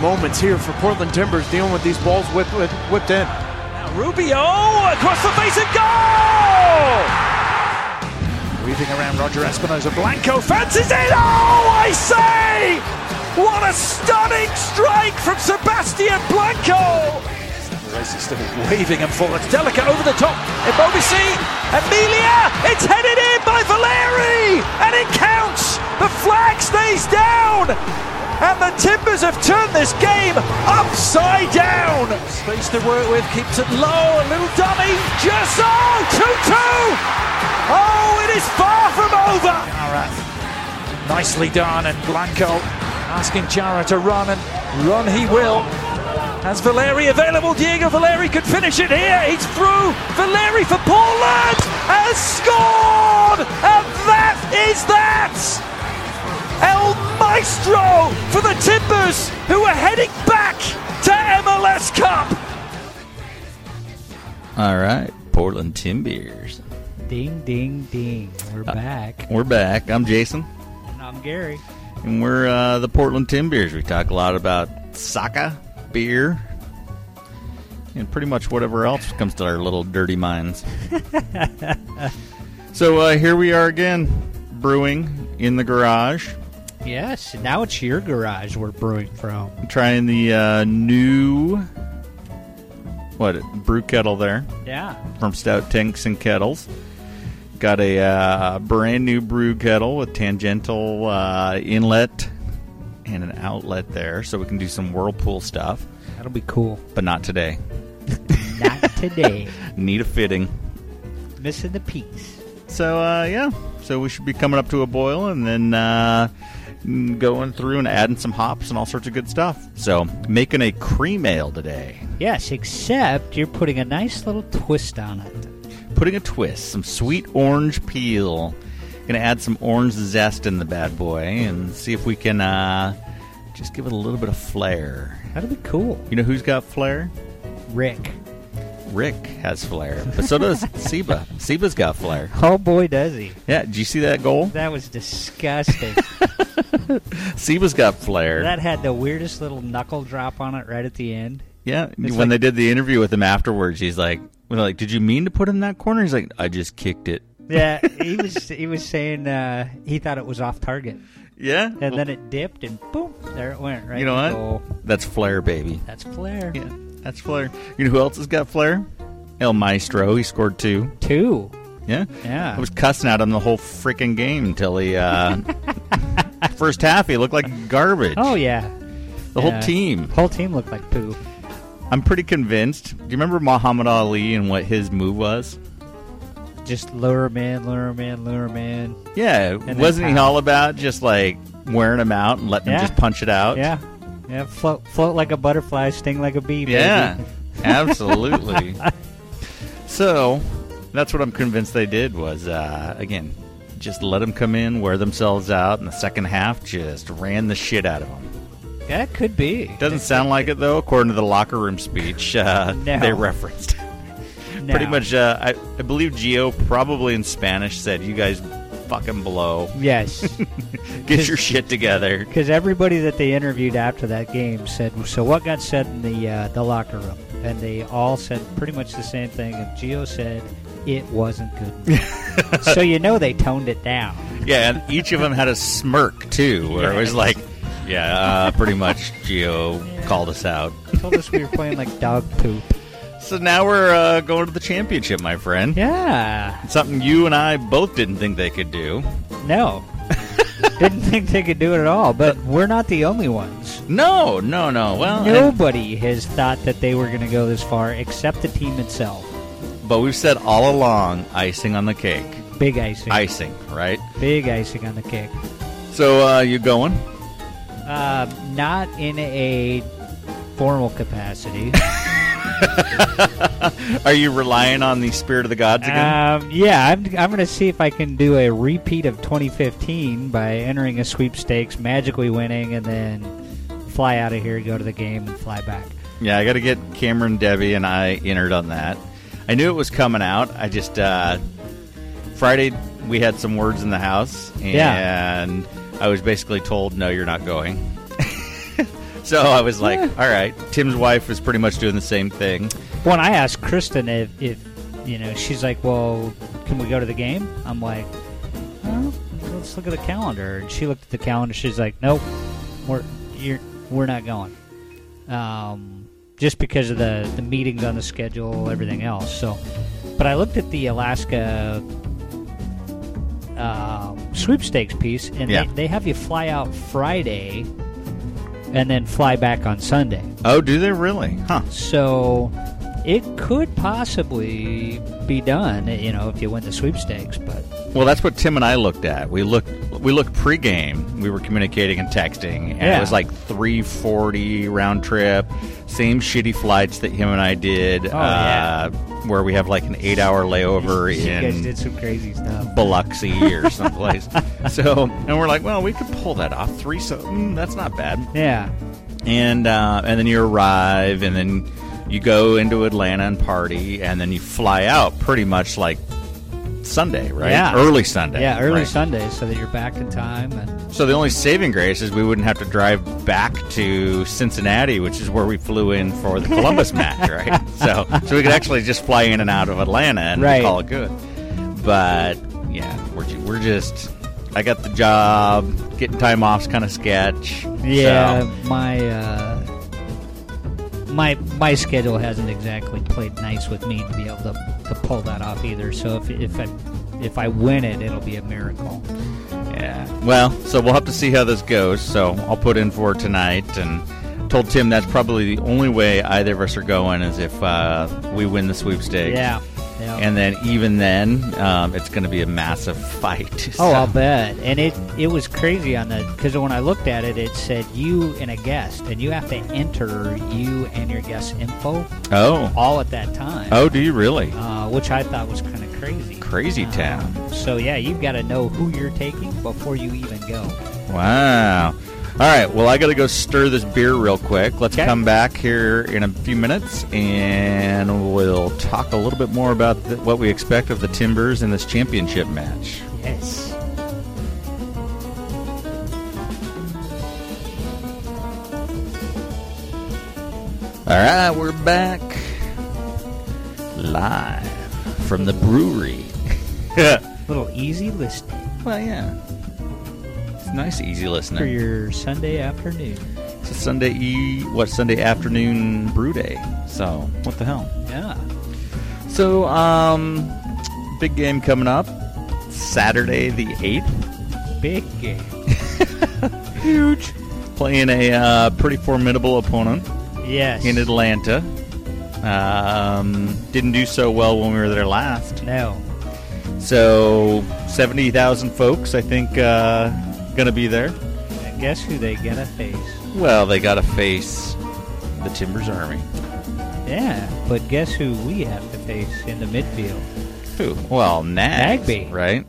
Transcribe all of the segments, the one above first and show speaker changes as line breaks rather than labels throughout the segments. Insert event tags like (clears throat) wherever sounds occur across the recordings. moments here for Portland Timbers dealing with these balls whipped, whipped, whipped in.
Now Rubio across the face and goal!
Weaving around Roger Espinosa Blanco.
Fancies it! Oh, I say! What a stunning strike from Sebastian Blanco!
The race is
(laughs)
still waving and forward.
Delica over the top. Immobisi, Emilia, it's headed in by Valeri, and it counts. The flag stays down, and the Timbers have turned this game upside down. Space to work with, keeps it low, a little dummy, just oh, 2 2. Oh, it is far from over.
Jara, nicely done, and Blanco asking Jara to run, and run he will.
As Valeri available, Diego Valeri could finish it here. He's through. Valeri for Portland has scored, and that is that. El Maestro for the Timbers, who are heading back to MLS Cup.
All right, Portland Timbers.
Ding, ding, ding. We're back.
We're back. I'm Jason,
And I'm Gary.
and we're uh, the Portland Timbers. We talk a lot about soccer, beer, and pretty much whatever else comes to our little dirty minds. so uh, here we are again, brewing in the garage,
Yes, and now it's your garage we're brewing from.
trying the uh, new what brew kettle there.
Yeah.
from Stout Tanks and Kettles. Got a uh, brand new brew kettle with tangential uh, inlet and an outlet there, so we can do some whirlpool stuff.
That'll be cool.
But not today.
Not today. (laughs)
Need a fitting.
Missing the piece.
So uh, yeah, so we should be coming up to a boil and then uh, mm, going through and adding some hops and all sorts of good stuff. So making a cream ale today,
Yes, except you're putting a nice little twist on it.
putting a twist, some sweet orange peel. Gonna add some orange zest in the bad boy and see if we can uh, just give it a little bit of flair.
That'll be cool.
You know who's got flair?
Rick.
Rick has flair, but so
(laughs)
does Seba. Seba's got flair.
Oh boy, does he.
Yeah, did you see that goal?
That was (laughs) disgusting.
Seba's got flair.
that had the weirdest little knuckle drop on it right at the end.
yeah, when
like-
they did the interview with him afterwards, he's like, "Well, like, did you mean to put it in that corner?" He's like, "I just kicked it."
Yeah, he was he was saying uh, he thought it was off target,
Yeah,
and then it dipped, and boom, there it went. Right,
you know
in
what?
goal.
That's flair, baby.
That's flair.
Yeah, that's flair. You know who else has got flair? El Maestro. He scored two.
Two.
Yeah,
Yeah.
I was cussing at him the whole freaking game until he.
(laughs)
Uh, First half, he looked like garbage.
Oh yeah.
the whole
yeah.
team.
Whole team looked like poo.
I'm pretty convinced. Do you remember Muhammad Ali and what his move was?
Just lure him in, lure him in, lure him in.
Yeah,
then
wasn't he
pow.
all about just like wearing him out and letting
Yeah.
him just punch it out?
Yeah. Yeah. Float float like a butterfly, sting like a bee. baby.
Yeah, absolutely.
(laughs)
so that's what I'm convinced they did was uh, again, just let them come in, wear themselves out, and the second half just ran the shit out of them.
That could be.
Doesn't sound like it though, according to the locker room speech uh,
No.
they referenced.
(laughs) No.
Pretty much, uh, I, I believe Gio probably in Spanish said, "You guys fucking blow."
Yes. (laughs)
Get your shit together.
Because everybody that they interviewed after that game said, "So what got said in the uh, the locker room?" And they all said pretty much the same thing. And Gio said it wasn't good.
(laughs)
enough." so you know they toned it down.
Yeah, and each of them had a smirk too, where it was like, yeah, uh, pretty much Geo called us out. (laughs)
Told us we were playing like dog poop.
So now we're uh, going to the championship, my friend.
Yeah.
Something you and I both didn't think they could do.
No. (laughs) Didn't think they could do it at all. But we're not the only ones.
No, no, no. Well, and-
Nobody has thought that they were going to go this far except the team itself.
but we've said all along icing on the cake.
Big icing.
Icing, right?
Big icing on the cake.
So uh, you going?
Uh, not in a formal capacity.
Are you relying on the spirit of the gods again?
um, yeah, I'm, I'm going to see if I can do a repeat of 2015 by entering a sweepstakes, magically winning, and then fly out of here, go to the game, and fly back.
yeah, I got to get Cameron, Debbie, and I entered on that. I knew it was coming out. I just uh, Friday we had some words in the house, and
Yeah.
I was basically told, "No, you're not going." (laughs) So I was like, all right. Tim's wife was pretty much doing the same thing.
When I asked Kristen if, if, you know, she's like, well, can we go to the game? I'm like, well, let's look at the calendar. And she looked at the calendar. She's like, nope, we're, you're, we're not going. Um, just because of the, the meetings on the schedule, everything else. So, but I looked at the Alaska um, sweepstakes piece, and
Yeah.
they, they have you fly out Friday and then fly back on Sunday.
Oh, do they really? Huh.
So it could possibly be done, you know, if you win the sweepstakes. But
Well, that's what Tim and I looked at. We looked we looked pregame. We were communicating and texting, and it
Yeah.
was like three forty round trip. Same shitty flights that him and I did, uh,
Oh, yeah.
where we have like an eight hour layover
you guys
in
did some crazy stuff.
Biloxi
(laughs)
or someplace. so, and we're like, well, we could pull that off. Three, so mm, that's not bad.
Yeah.
And uh, and then you arrive, and then you go into Atlanta and party, and then you fly out pretty much like Sunday, right?
Yeah.
Early Sunday.
Yeah, early
right?
Sunday so that you're back in time and
So the only saving grace is we wouldn't have to drive back to Cincinnati, which is where we flew in for the
(laughs)
Columbus match, right? So so we could actually just fly in and out of Atlanta and
Right.
call it good. But yeah, we're ju- we're just I got the job, getting time off's kind of sketch.
yeah,
So,
my uh, my my schedule hasn't exactly played nice with me to be able to, to pull that off either. So if if I if I win it, it'll be a miracle.
yeah. Well, so we'll have to see how this goes. So I'll put in for tonight and told Tim that's probably the only way either of us are going is if uh, we win the sweepstakes.
Yeah. yeah.
And then even then, um, it's going to be a massive fight.
(laughs) Oh,
So-
I'll bet. And it it was crazy on the because when I looked at it, it said you and a guest, and you have to enter you and your guest info
(laughs) oh,
all at that time.
oh, do you really?
Uh, which I thought was kind of crazy.
Crazy
Um,
town.
so yeah, you've got to know who you're taking before you even go.
Wow. All right. Well, I got to go stir this beer real quick. Let's
Okay.
come back here in a few minutes, and we'll talk a little bit more about th- what we expect of the Timbers in this championship match.
Yes.
All right, we're back live from the brewery. (laughs)
Little easy listening
well, yeah. It's nice, easy listener.
for your Sunday afternoon.
It's a Sunday e what Sunday afternoon brew day. So what the hell?
Yeah.
So um, big game coming up Saturday the eighth.
Big game.
(laughs) Playing a uh, pretty formidable opponent
Yes.
in Atlanta. Um, didn't do so well when we were there last.
No.
So seventy thousand folks, I think, uh, gonna be there.
And guess who they get a face?
Well, they gotta face the Timbers Army.
Yeah, but guess who we have to face in the midfield?
Who? Well, Nags,
Nagby.
right?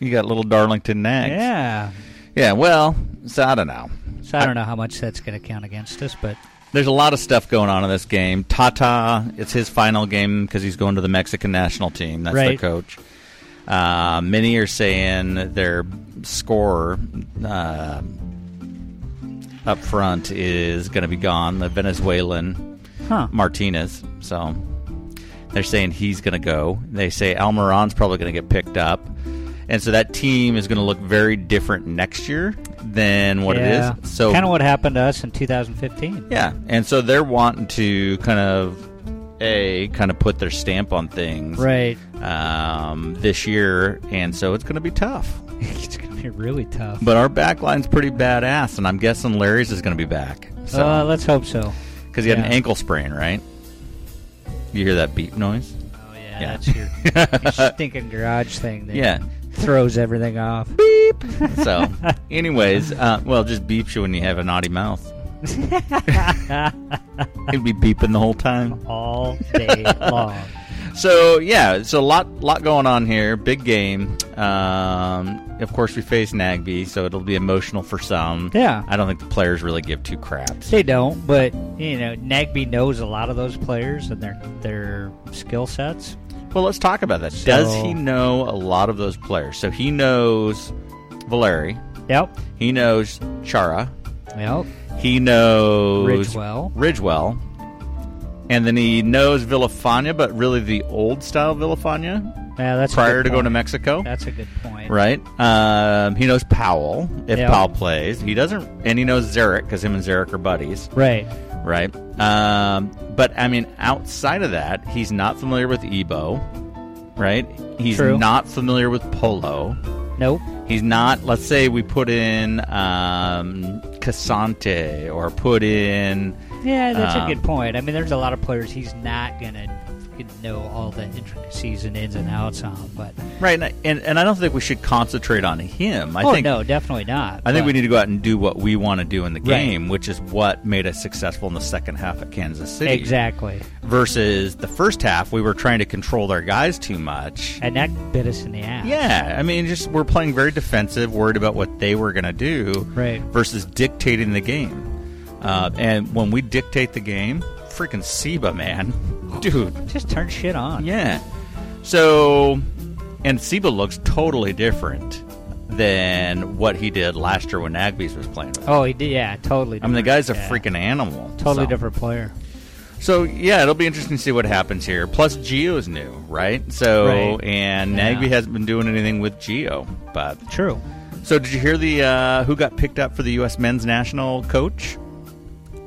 You got little Darlington Nags.
Yeah.
Yeah, well, so I don't know.
So I don't know how much that's going to count against us, but
There's a lot of stuff going on in this game. Tata, it's his final game because he's going to the Mexican national team. That's the
Right.
coach. Uh, many are saying their scorer uh, up front is going to be gone, the Venezuelan
huh?
Martinez. So they're saying he's going to go. They say Almiron's probably going to get picked up. And so that team is going to look very different next year than what it is. So
kind of what happened to us in 2015.
yeah, and so they're wanting to kind of a kind of put their stamp on things
Right. (laughs)
um, this year, and so it's going to be tough.
it's going to be really tough.
(laughs) But our back line's pretty badass, and I'm guessing Larry's is going to be back
uh,
because
let's hope so.
he had an
yeah.
ankle sprain, right? You hear that beep noise?
Oh yeah,
Yeah.
that's your,
(laughs)
your stinking garage thing. That
Yeah.
Throws everything off. (laughs)
So, anyways, uh, well, it just beeps you when you have a naughty mouth. It'd be beeping the whole time.
(laughs) All day long.
So yeah, it's a lot lot going on here. Big game. Um, of course, we face Nagby, so it'll be emotional for some.
Yeah.
I don't think the players really give two craps.
They don't, but you know, Nagby knows a lot of those players and their their skill sets.
Well, let's talk about that. Does he know a lot of those players? So he knows Valeri.
Yep.
He knows Chara.
Yep.
He knows
Ridgewell.
Ridgewell. And then he knows Villafania, but really the old style Villafania
Yeah, that's a
prior
good
to going to
point.
Mexico.
That's a good point.
right? Um, he knows Powell if
Yeah.
Powell plays. He doesn't, and he knows Zarek because him and Zarek are buddies,
Right.
right? Um, but I mean, outside of that, he's not familiar with Ebo, right? He's
True.
not familiar with Polo.
Nope.
He's not. Let's say we put in um, Cassante or put in.
Yeah, that's
Um,
a good point. I mean, there's a lot of players he's not gonna fucking know all the intricacies and ins and outs on. But
Right, and I- and, and I don't think we should concentrate on him. I
oh
think
no, definitely not.
I think
but-
we need to go out and do what we want to do in the
Right.
game, which is what made us successful in the second half at Kansas City.
exactly,
Versus the first half, we were trying to control our guys too much.
and that bit us in the ass.
Yeah, I mean, just we're playing very defensive, worried about what they were going to do,
Right.
versus dictating the game. Uh, and when we dictate the game, freaking Seba, man, (laughs) dude,
Just turn shit on.
yeah. So, and Seba looks totally different than what he did last year when Nagbees was playing. With. him.
Oh, he did. Yeah, totally.
I mean, the
different.
guy's a
Yeah.
freaking animal.
totally
so.
different player.
So yeah, it'll be interesting to see what happens here. Plus, Geo is new, right? So
Right.
and
Yeah.
Nagby hasn't been doing anything with Geo. But
True.
so did you hear the uh, who got picked up for the U.S. men's national coach?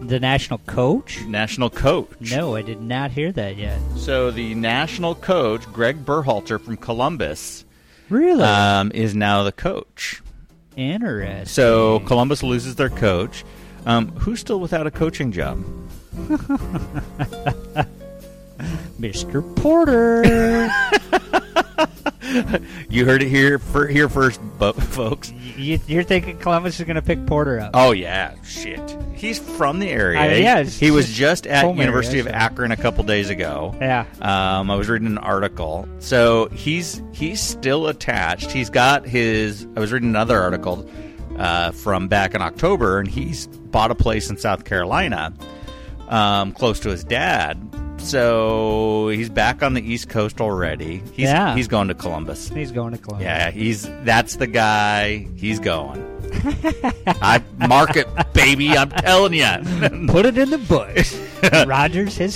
The national coach?
National coach.
No, I did not hear that yet.
So the national coach, Greg Berhalter from Columbus,
Really?
um, is now the coach.
Interesting. Hmm.
So Columbus loses their coach. Um, who's still without a coaching job?
Mr. Porter, (laughs)
You heard it here for here first, bo- (laughs) folks.
you, you're thinking Columbus is going to pick Porter up?
Oh yeah, shit. He's from the area.
I- yeah, it's-
he was just at
home area,
University
so-
of Akron a couple days ago.
Yeah.
Um, I was reading an article. So he's he's still attached. He's got his. I was reading another article uh, from back in October, and he's bought a place in South Carolina, um, close to his dad. So he's back on the East Coast already. He's,
Yeah.
he's going to Columbus.
He's going to Columbus.
Yeah, he's that's the guy. He's going. I mark it, baby. I'm telling you.
Put it in the books. Rogers has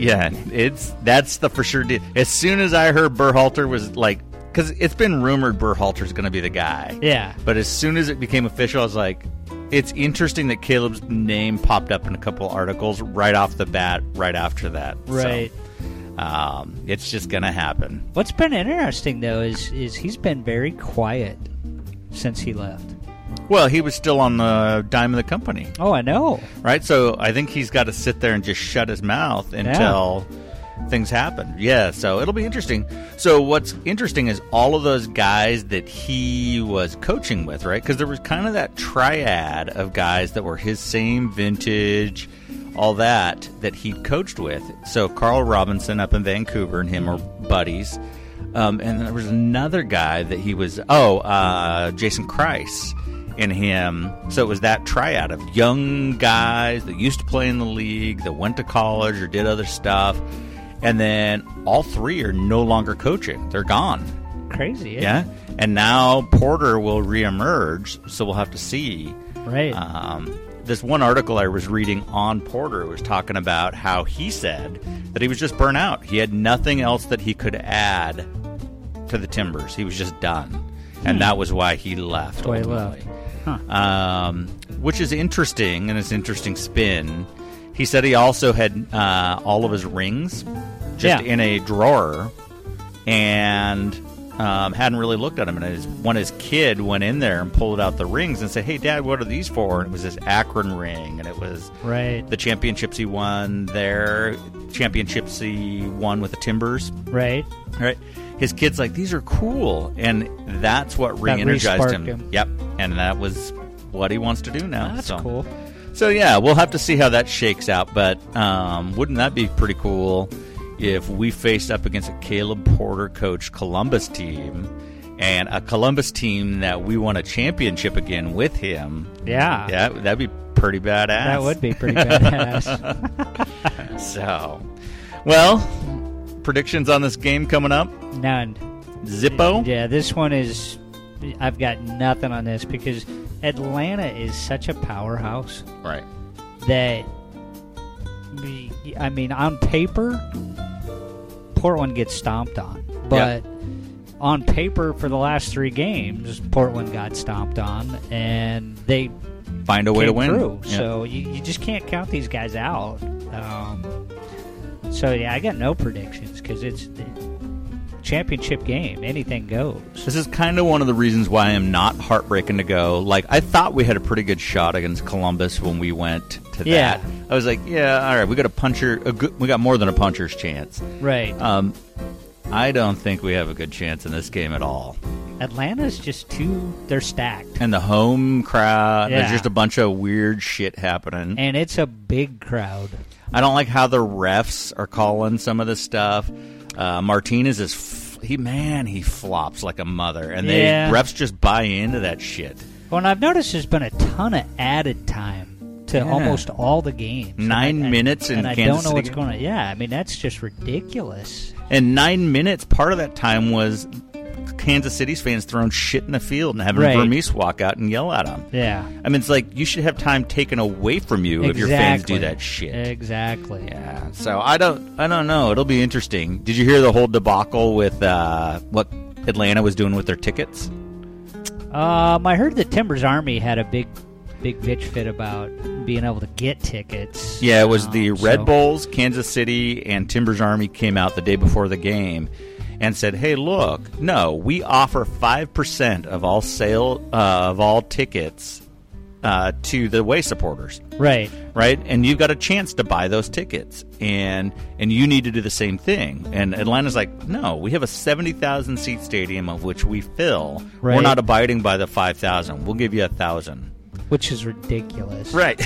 (laughs) yeah, it's that's the for sure deal. As soon as I heard Burhalter was like, because it's been rumored Burhalter's going to be the guy.
Yeah.
But as soon as it became official, I was like, it's interesting that Caleb's name popped up in a couple articles right off the bat, right after that. So,
Right.
um, it's just going to happen.
What's been interesting though is is he's been very quiet since he left.
Well, he was still on the dime of the company.
Oh, I know.
Right? So I think he's got to sit there and just shut his mouth until things happen. Yeah, so it'll be interesting. So what's interesting is all of those guys that he was coaching with, right? Because there was kind of that triad of guys that were his same vintage, all that, that he coached with. So Carl Robinson up in Vancouver and him are buddies. Um, and there was another guy that he was, oh, uh, Jason Christ in him. So it was that triad of young guys that used to play in the league, that went to college or did other stuff, and then all three are no longer coaching. They're gone.
Crazy. isn't
Yeah. And now Porter will reemerge, so we'll have to see.
it? Right.
Um, this one article I was reading on Porter was talking about how he said that he was just burnt out. He had nothing else that he could add to the Timbers. He was just done, and that was why he left.
Hmm. Why he
ultimately.
left.
Um, which is interesting and it's an interesting spin. He said he also had uh, all of his rings just
Yeah.
in a drawer and um, hadn't really looked at them. And his, when his kid went in there and pulled out the rings and said, "Hey, Dad, what are these for?" and it was this Akron ring, and it was
right.
the championships he won there, championships he won with the Timbers.
Right.
Right. His kid's like, these are cool. And that's what re energized
re-sparked
him.
him.
Yep. And that was what he wants to do now.
That's
so.
cool.
So, yeah, we'll have to see how that shakes out. But um, wouldn't that be pretty cool if we faced up against a Caleb Porter coached Columbus team and a Columbus team that we won a championship again with him?
Yeah.
Yeah, that'd be pretty badass.
That would be
(laughs)
pretty badass.
So, well, predictions on this game coming up?
None.
Zippo?
Yeah, this one is. I've got nothing on this because Atlanta is such a powerhouse
Right.
that be- I mean, on paper, Portland gets stomped on, but on paper, for the last three games, Portland got stomped on, and they
Find a way to
came
win.
through.
Yeah.
So you, you just can't count these guys out. Um, so yeah, I got no predictions because it's the championship game. Anything goes.
This is kind of one of the reasons why I'm not heartbreaking to go. Like I thought we had a pretty good shot against Columbus when we went to
Yeah.
that. I was like, yeah, all right, we got a puncher. A good, we got more than a puncher's chance.
Right.
Um, I don't think we have a good chance in this game at all.
Atlanta's just too. They're stacked,
And the home crowd, there's
Yeah.
just a bunch of weird shit happening.
and it's a big crowd.
I don't like how the refs are calling some of this stuff. Uh, Martinez is f- he man, he flops like a mother, and they
Yeah.
refs just buy into that shit.
Well, and I've noticed there's been a ton of added time to almost all the games. And
Nine
I- I-
minutes in
and I
Kansas
don't
City
know what's
game?
going on. Yeah, I mean that's just ridiculous.
And nine minutes, part of that time was Kansas City's fans throwing shit in the field and having
Right.
Vermees walk out and yell at them.
Yeah,
I mean, it's like you should have time taken away from you if your fans do that shit.
Exactly.
Yeah, so I don't, I don't know. It'll be interesting. Did you hear the whole debacle with uh, what Atlanta was doing with their tickets?
Um, I heard the Timbers Army had a big, big bitch fit about being able to get tickets.
Yeah, it was the
Um,
Red
so-
Bulls, Kansas City, and Timbers Army came out the day before the game and said, "Hey, look, no, we offer five percent of all sale uh, of all tickets uh, to the way supporters."
Right.
right? And you've got a chance to buy those tickets, and and you need to do the same thing. And Atlanta's like, no, we have a seventy thousand seat stadium of which we fill. We're
Right.
not abiding by the five thousand. We'll give you a thousand,
Which is ridiculous.
right?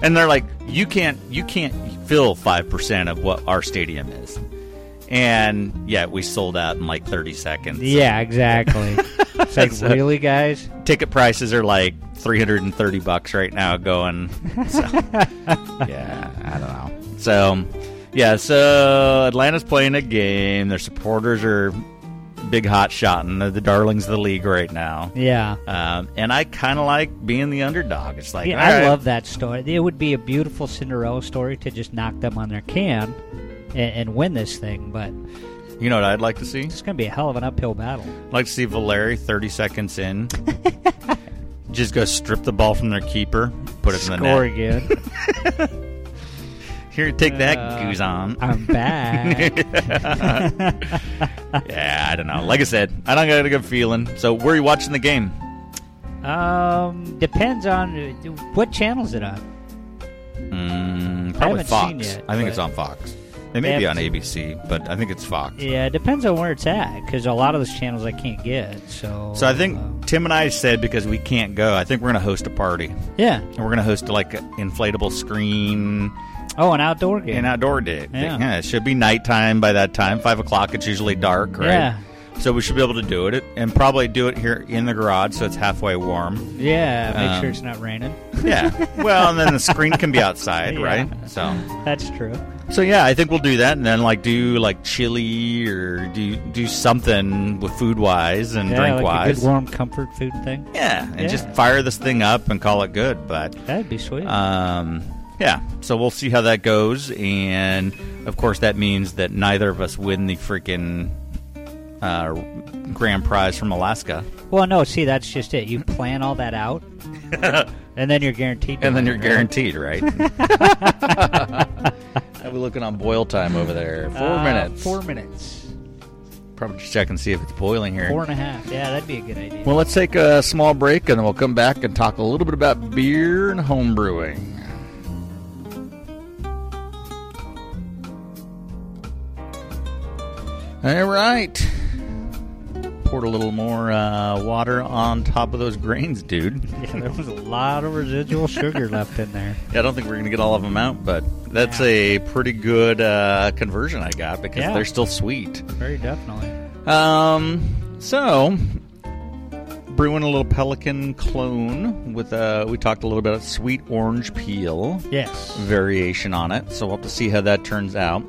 (laughs) and they're like, you can't you can't fill five percent of what our stadium is. And yeah, we sold out in like thirty seconds. (laughs)
Yeah, exactly. it's like,
a-
really, guys?
Ticket prices are like three hundred and thirty bucks right now. Going, so,
(laughs)
yeah, I don't know. So, yeah, so Atlanta's playing a game. Their supporters are big hot shot, and they're the darlings of the league right now.
Yeah.
Um, and I kind of like being the underdog. It's like
Yeah,
all
I
right.
love that story. It would be a beautiful Cinderella story to just knock them on their can and, and win this thing, but
You know what I'd like to see?
it's going to be a hell of an uphill battle.
I'd like to see Valeri thirty seconds
(laughs)
in. Just go strip the ball from their keeper, put it in the
Score
net.
again.
Here, take that,
Uh,
Guzan.
(laughs)
(laughs)
I'm back.
Yeah, I don't know. Like I said, I don't got a good feeling. So where are you watching the game?
um, depends on what channel is it on.
Mm,
I
probably
haven't
Fox.
seen yet,
I think
but-
it's on Fox. It
They
may be on
haven't
ABC, but I think it's Fox.
Yeah, it depends on where it's at because a lot of those channels I can't get. So,
So I think
um,
Tim and I said because we can't go, I think we're going to host a party. And
yeah.
we're going to host like an inflatable screen
Oh, an outdoor game.
and outdoor day.
Yeah.
it should be nighttime by that time. Five o'clock, it's usually dark, right?
Yeah.
So we should be able to do it and probably do it here in the garage so it's halfway warm.
yeah, make
Um,
sure it's not raining. (laughs)
Yeah. Well, and then the screen can be outside,
Yeah.
right? So.
That's true.
So yeah, I think we'll do that, and then like do like chili or do do something with food wise and
Yeah,
drink
like a
wise.
good warm comfort food thing.
yeah, and
Yeah.
just fire this thing up and call it good. But
That'd be sweet.
um, yeah, so we'll see how that goes, and of course that means that neither of us win the freaking uh, grand prize from Alaska,
well, no, see, that's just it. You plan all
(laughs)
that out, and then you're guaranteed. to
and then
win,
you're
right?
guaranteed, (laughs) right? I'll be looking on boil time over there. Four
Uh,
minutes.
Four minutes.
Probably just check and see if it's boiling here.
Four and a half. Yeah, that'd be a good idea.
Well, let's take a small break and then we'll come back and talk a little bit about beer and home brewing. All right. Poured a little more uh, water on top of those grains, dude.
yeah, there was a lot of residual (laughs) sugar left in there.
Yeah, I don't think we're going to get all of them out, but that's a pretty good uh, conversion I got because
Yeah.
they're still sweet.
Very definitely.
Um, so brewing a little pelican clone with uh we talked a little bit about sweet orange peel
Yes.
Mm. variation on it. So we'll have to see how that turns out.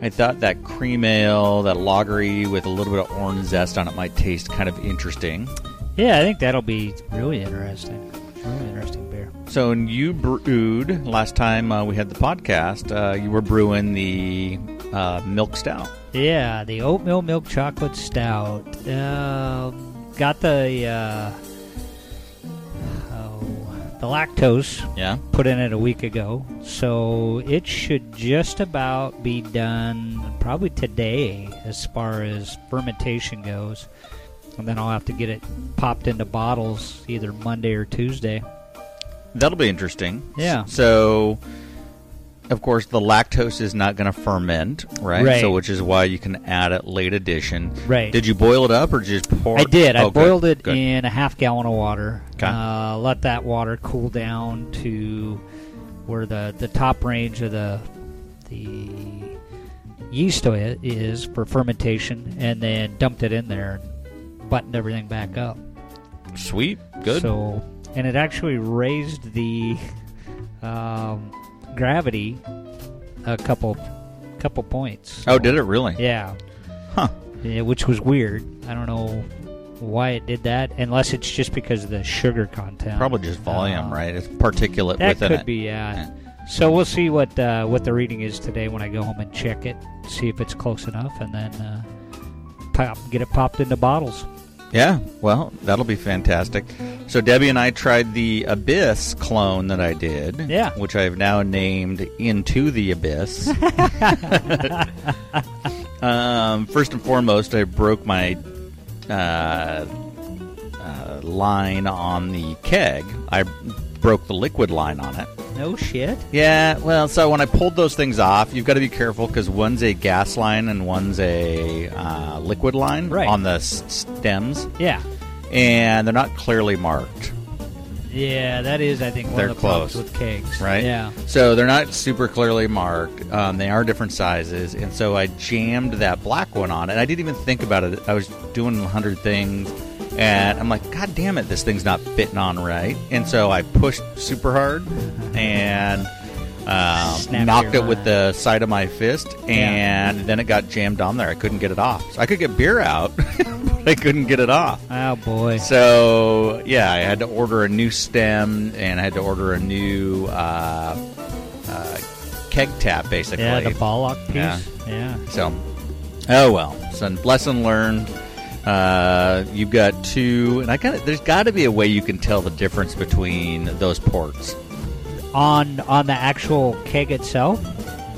I thought that cream ale, that lagery with a little bit of orange zest on it might taste kind of interesting.
Yeah, I think that'll be really interesting.
So, and you brewed last time uh, we had the podcast. Uh, you were brewing the uh, milk stout.
Yeah, the oatmeal milk chocolate stout. Um got the uh, oh, the lactose
Yeah.
put in it a week ago, so it should just about be done probably today as far as fermentation goes. And then I'll have to get it popped into bottles either Monday or Tuesday.
That'll be interesting.
Yeah.
So, of course, the lactose is not going to ferment, right?
Right.
So, which is why you can add it late addition.
Right.
Did you boil it up or just pour?
I did. I
Oh, good,
boiled it
good.
in a half gallon of water.
'Kay.
Uh, let that water cool down to where the, the top range of the the yeast oil is for fermentation, and then dumped it in there and buttoned everything back up.
Sweet. Good.
So, and it actually raised the um, gravity a couple couple points.
oh, did it really?
Yeah.
Huh.
Yeah, which was weird. I don't know why it did that, unless it's just because of the sugar content.
Probably just volume,
Uh,
right? It's particulate
That
within
could
it.
be. Uh, So we'll see what uh, what the reading is today when I go home and check it, see if it's close enough, and then uh, pop get it popped into bottles.
Yeah, well, that'll be fantastic. So Debbie and I tried the Abyss clone that I did.
Yeah.
Which I've now named Into the (laughs) Abyss. um, first and foremost, I broke my uh, uh, line on the keg. I broke the liquid line on it.
No shit.
Yeah, well, so when I pulled those things off, you've got to be careful because one's a gas line and one's a uh, liquid line
Right.
on the s- stems
Yeah.
and they're not clearly marked,
Yeah, that is, I think, one
They're
of the problems
close.
with kegs.
right?
Yeah.
So they're not super clearly marked. Um, they are different sizes, and so I jammed that black one on, and I didn't even think about it. I was doing a hundred things, and I'm like, God damn it, this thing's not fitting on right. And so I pushed super hard, and. Um,
Snapped
knocked it
your
with
line.
the side of my fist, and then it got jammed on there. I couldn't get it off. So I could get beer out, (laughs) but I couldn't get it off.
Oh boy.
So yeah, I had to order a new stem and I had to order a new uh, uh, keg tap, basically.
Yeah, the Ballock piece.
Yeah.
yeah.
so, oh well. So lesson learned. Uh, you've got two, and I got. There's got to be a way you can tell the difference between those ports.
On on the actual keg itself.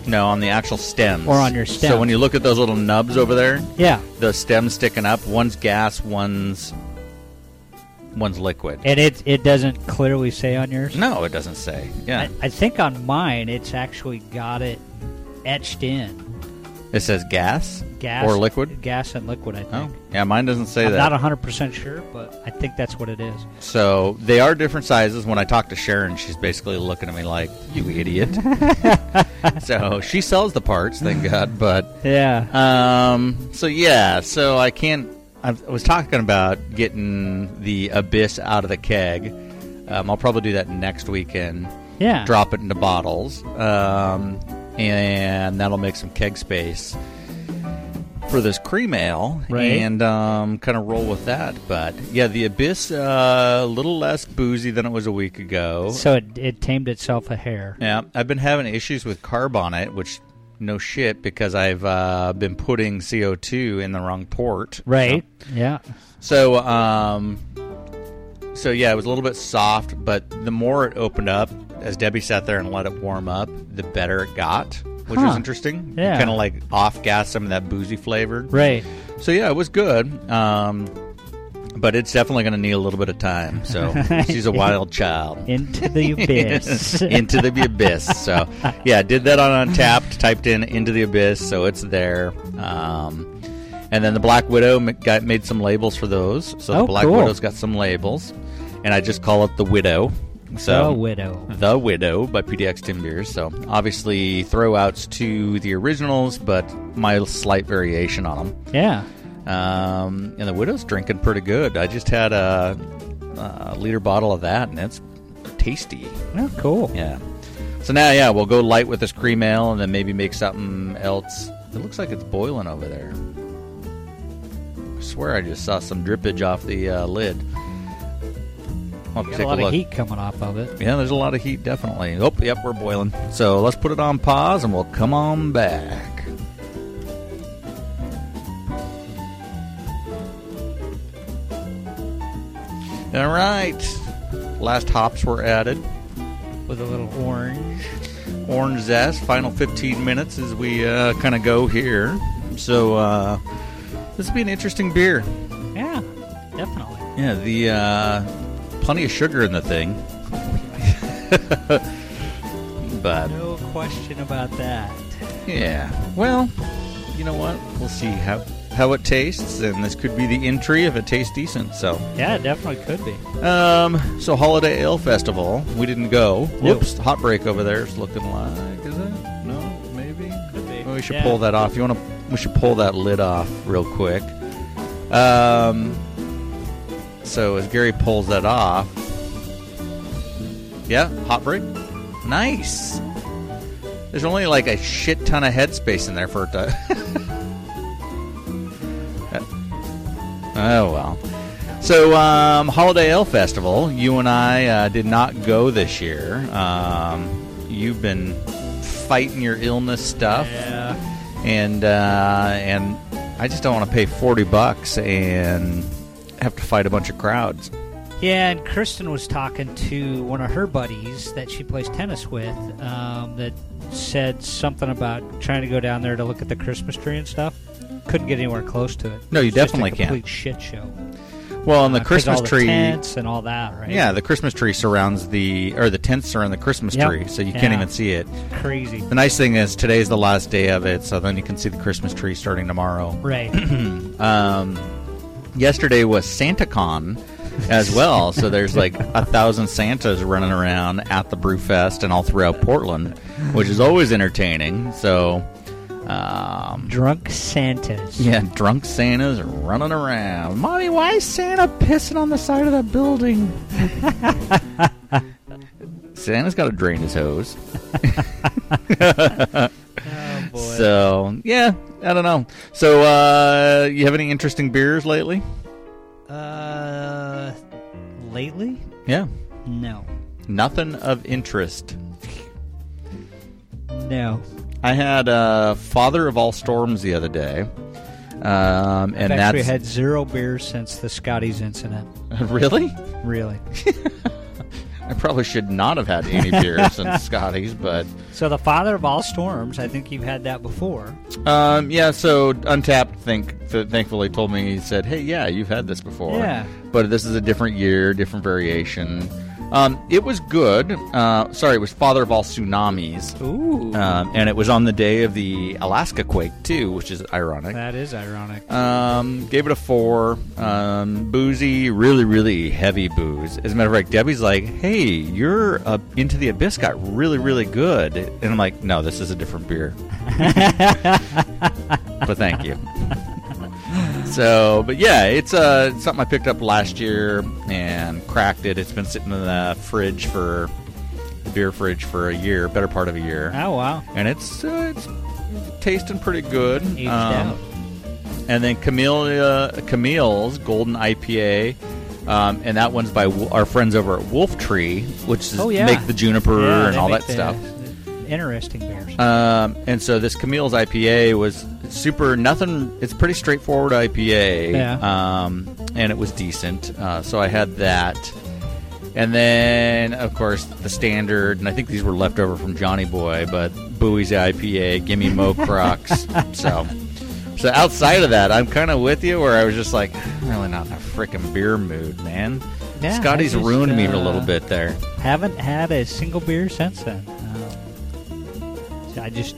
No, on the actual stems
Or on your
So when
stems.
you look at those little nubs over there,
Yeah.
the stems sticking up, one's gas, one's one's liquid.
And it it doesn't clearly say on yours.
no, it doesn't say. Yeah.
I, I think on mine it's actually got it etched in
It says gas,
gas
or liquid.
gas and liquid. I think.
Oh, yeah, mine doesn't say
I'm
that.
not 100% sure, but I think that's what it is.
so they are different sizes. When I talk to Sharon, she's basically looking at me like, "You
(laughs)
idiot." so she sells the parts, thank God. But
Yeah.
um, so yeah, so I can't. I was talking about getting the abyss out of the keg. Um, I'll probably do that next weekend.
Yeah.
drop it into bottles, um, and that'll make some keg space for this cream ale,
Right.
and um, kind of roll with that. But yeah, the abyss uh, a little less boozy than it was a week ago.
So it, it tamed itself a hair.
yeah, I've been having issues with carb on it, which no shit because I've uh, been putting CO two in the wrong port.
Right. Yeah.
So, um, so yeah, it was a little bit soft, but the more it opened up, as Debbie sat there and let it warm up, the better it got, which was
Huh.
interesting.
Yeah.
kind of like off gas some of that boozy flavor.
Right.
So yeah, it was good. Um, but it's definitely going to need a little bit of time.
(laughs)
So she's a wild child.
Into
(laughs)
the abyss.
into the abyss. So, yeah, did that on Untapped. Typed in into the abyss, so it's there. Um, and then the Black Widow m- got made some labels for those. So the
Oh,
Black
cool.
Widow's got some labels, and I just call it the Widow. So
The
(laughs)
Widow.
The Widow by PDX Tim Beers. So obviously throwouts to the originals, but my slight variation on them.
Yeah.
Um, and the widow's drinking pretty good. I just had a, a liter bottle of that, and it's tasty.
Oh, cool.
Yeah. So now, yeah, we'll go light with this cream ale, and then maybe make something else. It looks like it's boiling over there. I swear, I just saw some drippage off the uh, lid. I'll
Got
take
a lot of
look.
heat coming off of it.
Yeah, there's a lot of heat, definitely. Oh, yep, we're boiling. So let's put it on pause and we'll come on back. All right. Last hops were added.
With a little orange.
Orange zest. Final 15 minutes as we uh, kind of go here. So uh, this will be an interesting beer.
Yeah, definitely.
Yeah, the uh, plenty of sugar in the thing. (laughs) but
No question about that.
Yeah. Well, you know what? We'll see how how it tastes, and this could be the entry if it tastes decent. So,
Yeah, it definitely could be.
um, so Holiday Ale Festival, we didn't go.
Nope.
Whoops, hot break over there is looking like is it? No, maybe.
Could be.
Well, we should
Yeah.
pull that off. You want to? We should pull that lid off real quick. Um. So as Gary pulls that off, yeah, hot break. Nice. There's only like a shit ton of headspace in there for it to. (laughs) oh well. So, um, Holiday Ale Festival, you and I uh, did not go this year. Um, you've been fighting your illness stuff,
Yeah.
and uh, and I just don't want to pay forty bucks and have to fight a bunch of crowds.
Yeah, and Kristen was talking to one of her buddies that she plays tennis with um, that said something about trying to go down there to look at the Christmas tree and stuff. Couldn't get anywhere close to it.
No, you
It's just a
definitely can't.
complete shit show.
Well, and the
Uh, 'cause
Christmas
all the
tree,
tents and all that, right?
yeah, the Christmas tree surrounds the or the tents around the Christmas
Yep.
tree, so you can't
Yeah.
even see it. (clears throat)
crazy.
The nice thing is today's the last day of it, so then you can see the Christmas tree starting tomorrow.
Right.
Um, yesterday was SantaCon
(laughs)
as well, so there's like a thousand Santas running around at the Brewfest and all throughout Portland, which is always entertaining. So, um,
Drunk Santas.
yeah, drunk Santas are running around. Mommy, why is Santa pissing on the side of the building? (laughs) Santa's got to drain his hose.
Oh, boy.
So, yeah, I don't know. So, uh, you have any interesting beers lately?
uh, lately?
Yeah.
No.
Nothing of interest.
No.
I had uh, Father of All Storms the other day, um, and
I've
that's
actually had zero beers since the Scotties incident.
(laughs) really.
(laughs) Really.
I probably should not have had any
(laughs)
beer since Scotty's, but
so the father of all storms. I think you've had that before.
um, yeah. So Untapped, think th- thankfully, told me he said, "Hey, yeah, you've had this before,
Yeah.
but this is a different year, different variation." Um, it was good. Uh, sorry, it was Father of All Tsunamis,
Ooh.
um, and it was on the day of the Alaska quake too, which is ironic.
that is ironic.
Um, gave it a four. Um, boozy, really, really heavy booze. As a matter of fact, Debbie's like, "Hey, your uh, Into the Abyss got really, really good," and I'm like, "No, this is a different
(laughs)
beer." but thank you. so, but yeah, it's uh, it's something I picked up last year and cracked it. It's been sitting in the fridge for the beer fridge for a year, better part of a year,
oh wow.
and it's uh, it's tasting pretty good.
Aged
Um,
out.
and then Camellia, Camille's Golden IPA, um, and that one's by w- our friends over at Wolf Tree, which is
Oh, yeah.
make the juniper
Yeah,
and
they
all
make
that
the-
stuff.
the Interesting beers.
Um, and so this Camille's IPA was super nothing. It's pretty straightforward IPA,
Yeah.
um, and it was decent. Uh, so I had that, and then of course the standard. And I think these were left over from Johnny Boy, but Bowie's IPA, Gimme Mo Crocs.
(laughs)
so, so outside of that, I'm kind of with you where I was just like, I'm really not in a freaking beer mood, man.
Yeah, I
Scotty's
just,
ruined me a little
uh,
bit there.
Haven't had a single beer since then. Um, so I just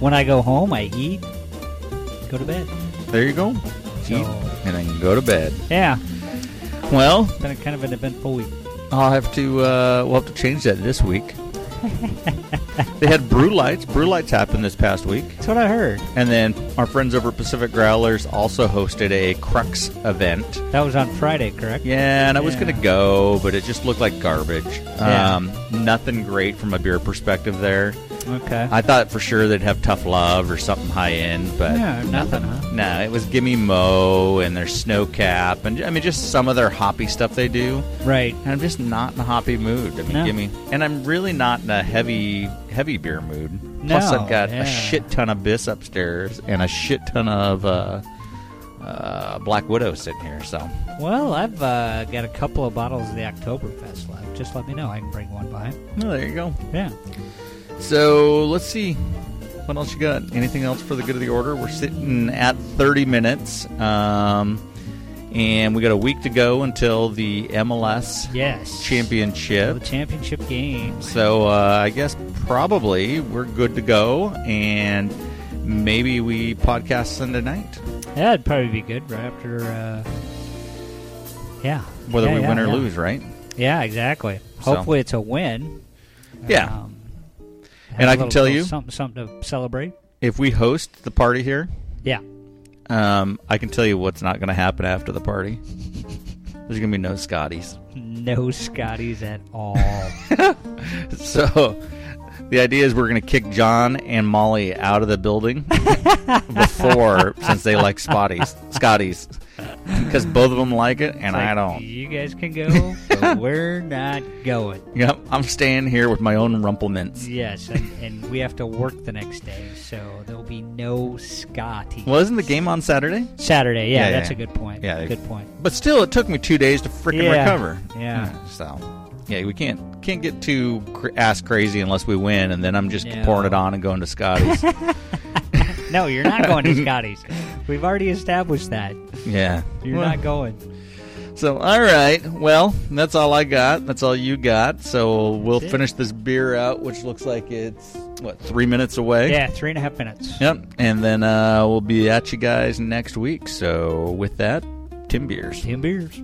when I go home, I eat, go to bed.
There you go.
So-
Eat and then go to bed.
Yeah,
Well,
been a kind of an eventful week.
I'll have to. Uh, we'll have to change that this week. they had brew lights. Brew lights happened this past week,
That's what I heard.
and then our friends over at Pacific Growlers also hosted a Crux event.
That was on Friday, correct?
Yeah, and I was
Yeah.
gonna go, but it just looked like garbage.
Yeah.
Um, nothing great from a beer perspective there.
Okay.
I thought for sure they'd have tough love or something high end, but
Yeah, nothing, huh?
No, it was Gimme Mo and their snow cap, and I mean just some of their hoppy stuff they do.
Right.
And I'm just not in a hoppy mood. I mean,
No.
gimme, and I'm really not in a heavy heavy beer mood.
No,
Plus, I've got
yeah.
a shit ton of Biss upstairs and a shit ton of uh, uh, Black Widow sitting here. So
Well, I've uh, got a couple of bottles of the Oktoberfest left. Just let me know. I can bring one by.
well, there you go.
Yeah.
So let's see. What else you got? Anything else for the good of the order? We're sitting at 30 minutes. Um, and we got a week to go until the MLS
Yes. The
championship.
championship games.
So uh, I guess probably we're good to go. And maybe we podcast Sunday night,
That'd probably be good right after. Uh, yeah.
whether
Yeah,
we
yeah,
win or
yeah.
lose, right?
Yeah, exactly.
So.
Hopefully, it's a win.
Yeah.
Um, have
And
a
I can
little-
tell
little
you-
something, something to celebrate.
If we host the party here,
Yeah.
um, I can tell you what's not going to happen after the party. There's going to be no Scotties. (laughs)
No Scotties at all.
So the idea is we're going to kick John and Molly out of the
(laughs)
building before, since they like Spotties, Scotties, because both of them like it and I
Like,
don't.
You guys can go, (laughs) but we're not going.
Yep, I'm staying here with my own rumplements.
Yes, and, and we have to work the next day, so there'll be no Scotties.
Well, isn't the game on Saturday?
Saturday, yeah,
Yeah,
that's
yeah.
a good point.
Yeah.
good point.
But still, it took me two days to freaking
Yeah.
recover. Hmm,
Yeah.
So, yeah, we can't can't get too cr- ass crazy unless we win, and then I'm just
No.
pouring it on and going to
(laughs)
Scotties.
No, you're not going (laughs) to Scotties. We've already established that.
yeah,
You're
Well,
not going.
So, all right. Well, that's all I got. That's all you got. So, we'll
That's it.
finish this beer out, which looks like it's, what, three minutes away?
Yeah, three and a half minutes.
Yep. And then uh, we'll be at you guys next week. So, with that, Tim Beers.
Ten beers.